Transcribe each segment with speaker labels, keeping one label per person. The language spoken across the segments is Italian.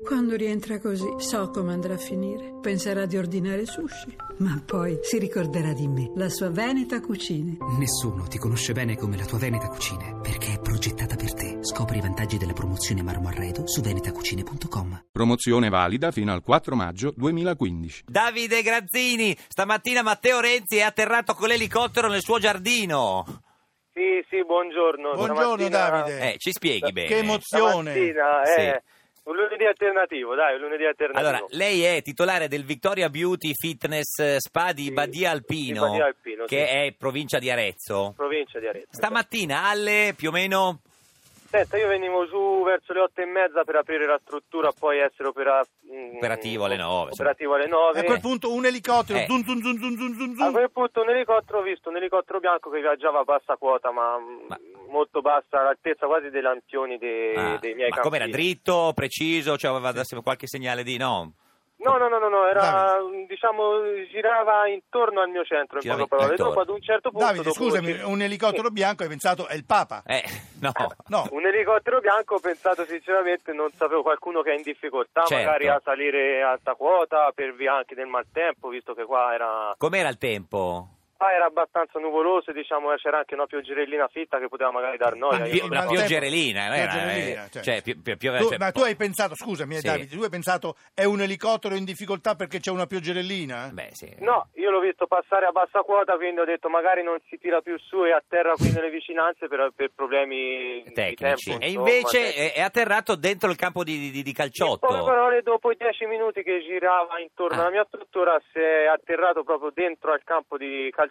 Speaker 1: Quando rientra così, so come andrà a finire. Penserà di ordinare sushi, ma poi si ricorderà di me, la sua Veneta Cucine.
Speaker 2: Nessuno ti conosce bene come la tua Veneta Cucine, perché è progettata per te. Scopri i vantaggi della promozione Marmo Arredo su venetacucine.com.
Speaker 3: Promozione valida fino al 4 maggio 2015.
Speaker 4: Davide Grazzini, stamattina Matteo Renzi è atterrato con l'elicottero nel suo giardino.
Speaker 5: Sì, sì, buongiorno.
Speaker 6: Buongiorno
Speaker 5: Stamattina-
Speaker 6: Davide.
Speaker 4: Eh, ci spieghi bene.
Speaker 6: che emozione.
Speaker 5: Stamattina,
Speaker 4: Sì.
Speaker 5: eh, un lunedì alternativo, dai, un lunedì alternativo.
Speaker 4: Allora, lei è titolare del Victoria Beauty Fitness eh, Spa di
Speaker 5: Sì,
Speaker 4: Badia Alpino,
Speaker 5: di Badia Alpino,
Speaker 4: che
Speaker 5: sì.
Speaker 4: è provincia di Arezzo.
Speaker 5: provincia di Arezzo.
Speaker 4: Stamattina alle più o meno
Speaker 5: Senta, io venivo su verso le otto e mezza per aprire la struttura, poi essere opera- mm,
Speaker 4: Operativo alle nove, insomma.
Speaker 5: Operativo alle nove.
Speaker 6: A quel punto un elicottero.
Speaker 4: Eh.
Speaker 6: zun, zun, zun, zun, zun, zun,
Speaker 5: A
Speaker 6: zun.
Speaker 5: quel punto un elicottero, ho visto un elicottero bianco che viaggiava a bassa quota, ma, mm,
Speaker 4: Ma-
Speaker 5: molto bassa, all'altezza quasi dei lampioni dei,
Speaker 4: Ah,
Speaker 5: dei miei
Speaker 4: ma com'era
Speaker 5: campi.
Speaker 4: dritto, preciso, cioè aveva dato qualche segnale di no.
Speaker 5: No, no, no, no, no, era, diciamo, girava intorno al mio centro, in
Speaker 4: Girava
Speaker 5: poche parole.
Speaker 4: intorno.
Speaker 5: Dopo ad un certo punto...
Speaker 6: Davide,
Speaker 5: dopo-
Speaker 6: scusami, un elicottero bianco hai pensato è il Papa.
Speaker 4: Eh, no.
Speaker 6: No,
Speaker 5: Un elicottero bianco, ho pensato sinceramente, non sapevo qualcuno che è in difficoltà,
Speaker 4: Certo.
Speaker 5: magari a salire a alta quota per via anche del maltempo, visto che qua era,
Speaker 4: Com'era il tempo?
Speaker 5: qua era abbastanza nuvoloso, diciamo, c'era anche una pioggerellina fitta che poteva magari dar noia.
Speaker 6: Ma
Speaker 5: io
Speaker 4: Pi-
Speaker 5: non
Speaker 4: una
Speaker 5: so.
Speaker 6: tempo-
Speaker 4: pioggerellina, non era,
Speaker 6: Pioggerellina,
Speaker 4: eh,
Speaker 6: cioè.
Speaker 4: cioè, pi- pi- piove-
Speaker 6: tu-
Speaker 4: cioè,
Speaker 6: ma tu
Speaker 4: po-
Speaker 6: hai pensato, scusami eh,
Speaker 4: Sì.
Speaker 6: Davide, tu hai pensato è un elicottero in difficoltà perché c'è una pioggerellina?
Speaker 4: Beh, sì.
Speaker 5: Eh. No, io l'ho visto passare a bassa quota, quindi ho detto magari non si tira più su e a terra qui nelle vicinanze per, per problemi di
Speaker 4: Tecnici.
Speaker 5: tempo.
Speaker 4: e
Speaker 5: insomma, cioè
Speaker 4: invece
Speaker 5: tecnici.
Speaker 4: è, è atterrato dentro il campo di, di- di
Speaker 5: In poche
Speaker 4: calciotto.
Speaker 5: parole, dopo i dieci minuti che girava intorno
Speaker 4: Ah.
Speaker 5: alla mia struttura, si è atterrato proprio dentro al campo di calciotto.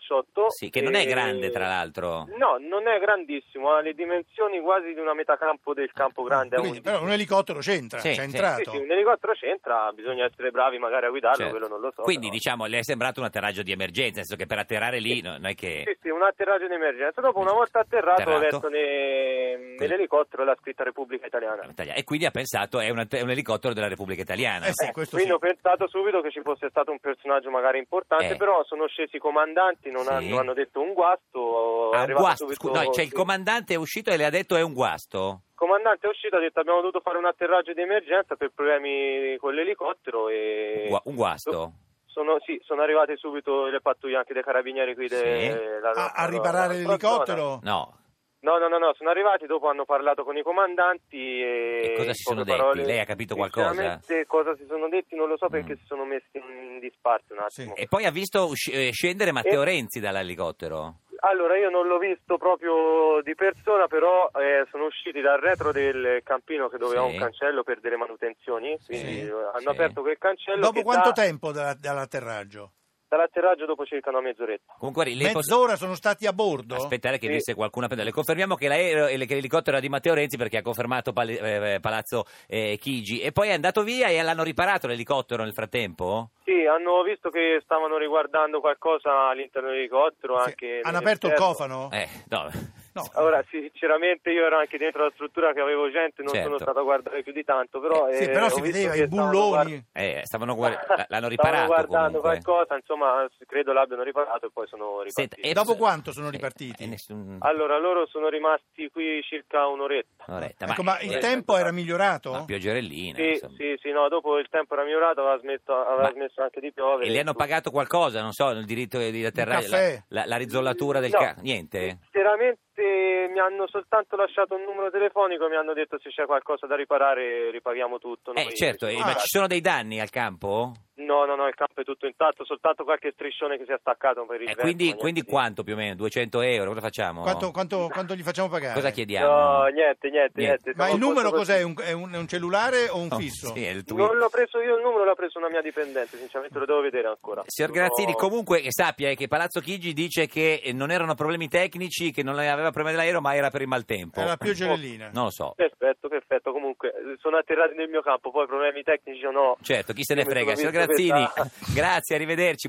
Speaker 4: Sì, che non è
Speaker 5: E-
Speaker 4: grande, tra l'altro.
Speaker 5: No, non è grandissimo, ha le dimensioni quasi di una metà campo del
Speaker 4: Ah,
Speaker 5: campo grande. a
Speaker 6: Quindi,
Speaker 5: 11.
Speaker 6: però un elicottero c'entra,
Speaker 4: Sì,
Speaker 6: c'è
Speaker 4: sì.
Speaker 5: Sì,
Speaker 6: entrato.
Speaker 5: sì, un elicottero c'entra, bisogna essere bravi magari a guidarlo,
Speaker 4: Certo.
Speaker 5: quello non lo so.
Speaker 4: Quindi,
Speaker 5: però.
Speaker 4: diciamo, le è sembrato un atterraggio di emergenza, nel senso che per atterrare lì no- non è che...
Speaker 5: Sì, sì, un atterraggio in emergenza. Dopo, una volta atterrato, ho
Speaker 4: Atterrato.
Speaker 5: letto ne- nell'elicottero la scritta Repubblica Italiana.
Speaker 4: E quindi ha pensato è un, att- è un elicottero della Repubblica Italiana.
Speaker 6: Eh sì, questo
Speaker 5: Quindi
Speaker 6: sì.
Speaker 5: ho pensato subito che ci fosse stato un personaggio magari importante,
Speaker 4: Eh.
Speaker 5: però sono scesi i comandanti, non
Speaker 4: Sì.
Speaker 5: hanno, hanno detto un guasto. è
Speaker 4: Ah, un
Speaker 5: arrivato
Speaker 4: guasto.
Speaker 5: subito-
Speaker 4: scu- no, cioè il
Speaker 5: sì.
Speaker 4: comandante è uscito e le ha detto è un guasto.
Speaker 5: Il comandante è uscito e ha detto abbiamo dovuto fare un atterraggio di emergenza per problemi con l'elicottero e...
Speaker 4: Gua- uh. un guasto.
Speaker 5: Sono, sì, sono arrivate subito le pattuglie anche dei carabinieri qui de- la-
Speaker 6: A, a
Speaker 5: la- la-
Speaker 6: riparare
Speaker 5: la-
Speaker 6: l'elicottero?
Speaker 4: No.
Speaker 5: No, no, no, no, sono arrivati, dopo hanno parlato con i comandanti e...
Speaker 4: E cosa si sono
Speaker 5: poche
Speaker 4: detti?
Speaker 5: parole-
Speaker 4: Lei ha capito qualcosa?
Speaker 5: Sinceramente, cosa si sono detti non lo so perché
Speaker 4: Mm.
Speaker 5: si sono messi in disparte un attimo.
Speaker 6: Sì.
Speaker 4: E poi ha visto usci- eh, scendere Matteo
Speaker 5: E-
Speaker 4: Renzi dall'elicottero.
Speaker 5: Allora, io non l'ho visto proprio di persona, però eh, sono usciti dal retro del campino che doveva
Speaker 4: Sì.
Speaker 5: un cancello per delle manutenzioni, quindi
Speaker 4: Sì,
Speaker 5: eh, hanno
Speaker 4: sì.
Speaker 5: aperto quel cancello.
Speaker 6: Dopo
Speaker 5: che
Speaker 6: quanto
Speaker 5: da-
Speaker 6: tempo da- dall'atterraggio?
Speaker 5: Dall'atterraggio dopo circa una mezz'oretta.
Speaker 4: Comunque, lei posso-
Speaker 6: Mezz'ora sono stati a bordo?
Speaker 4: aspettare che
Speaker 5: Sì.
Speaker 4: venisse qualcuno a prendere. Confermiamo che l'aereo e le- che l'elicottero era di Matteo Renzi perché ha confermato Pal- eh, eh, Palazzo eh, Chigi e poi è andato via e l'hanno riparato l'elicottero nel frattempo?
Speaker 5: Sì, hanno visto che stavano riguardando qualcosa all'interno dell'elicottero.
Speaker 6: Sì.
Speaker 5: anche
Speaker 6: Hanno aperto il
Speaker 5: nell'esterno.
Speaker 6: cofano?
Speaker 4: Eh, no.
Speaker 6: No.
Speaker 5: Allora, sì, sinceramente io ero anche dentro la struttura che avevo gente, non
Speaker 4: Certo.
Speaker 5: sono stato a guardare più di tanto, però...
Speaker 6: Sì,
Speaker 5: eh,
Speaker 6: però
Speaker 5: ho
Speaker 6: si
Speaker 5: visto
Speaker 6: vedeva
Speaker 5: che
Speaker 6: i
Speaker 5: stavano
Speaker 6: bulloni.
Speaker 4: Eh, stavano guar- l- l'hanno riparato
Speaker 5: Stavano guardando
Speaker 4: comunque.
Speaker 5: qualcosa, insomma, credo l'abbiano riparato e poi sono
Speaker 4: Senta,
Speaker 5: ripartiti.
Speaker 4: e-
Speaker 6: Dopo quanto sono
Speaker 4: eh,
Speaker 6: ripartiti?
Speaker 4: eh, nessun-
Speaker 5: Allora, loro sono rimasti qui circa un'oretta.
Speaker 4: Un'oretta,
Speaker 6: Ecco, ma il
Speaker 4: eh,
Speaker 6: tempo era
Speaker 4: Una
Speaker 6: migliorato?
Speaker 4: pioggerellina,
Speaker 5: Sì,
Speaker 4: insomma.
Speaker 5: sì, sì, no, dopo il tempo era migliorato, aveva, smesso, aveva
Speaker 4: Ma-
Speaker 5: smesso anche di piovere.
Speaker 4: E le hanno pagato qualcosa, non so, il diritto di atterrare, la,
Speaker 6: caffè?
Speaker 4: la, la rizzollatura del
Speaker 5: No.
Speaker 4: ca- niente?
Speaker 5: Sinceramente mi hanno soltanto lasciato un numero telefonico e mi hanno detto se c'è qualcosa da riparare ripaghiamo tutto.
Speaker 4: Eh
Speaker 5: noi
Speaker 4: certo, eh,
Speaker 5: siamo
Speaker 4: ma
Speaker 5: stati.
Speaker 4: ci sono dei danni al campo?
Speaker 5: No, no, no, il campo è tutto intatto, soltanto qualche striscione che si è staccato per
Speaker 4: Eh,
Speaker 5: il vento,
Speaker 4: quindi,
Speaker 5: ma
Speaker 4: quindi
Speaker 5: niente.
Speaker 4: quanto più o meno? 200 euro? Cosa facciamo?
Speaker 6: Quanto, eh, quanto- quanto gli facciamo pagare?
Speaker 4: Cosa chiediamo?
Speaker 5: No, niente, niente,
Speaker 4: Niente.
Speaker 5: niente.
Speaker 6: Ma
Speaker 5: siamo
Speaker 6: il numero
Speaker 5: a posto
Speaker 6: cos'è? Un, è un- è un cellulare o un
Speaker 4: Oh,
Speaker 6: fisso?
Speaker 4: sì, è il
Speaker 5: così.
Speaker 4: tweet.
Speaker 5: Non l'ho preso io il numero, l'ha preso una mia dipendente, sinceramente lo devo vedere ancora.
Speaker 4: Signor Grazzini,
Speaker 5: No.
Speaker 4: comunque che sappia eh, che Palazzo Chigi dice che eh, non erano problemi tecnici, che non aveva problemi dell'aereo, ma era per il maltempo.
Speaker 6: È la pioggerellina.
Speaker 4: Non lo so.
Speaker 5: Perfetto, perfetto. Comunque eh, sono atterrati nel mio campo, poi problemi tecnici o no.
Speaker 4: Certo, chi se ne
Speaker 5: Come
Speaker 4: frega.
Speaker 5: sono
Speaker 4: Signor
Speaker 5: visto
Speaker 4: Grazzini,
Speaker 5: questa-
Speaker 4: grazie, arrivederci.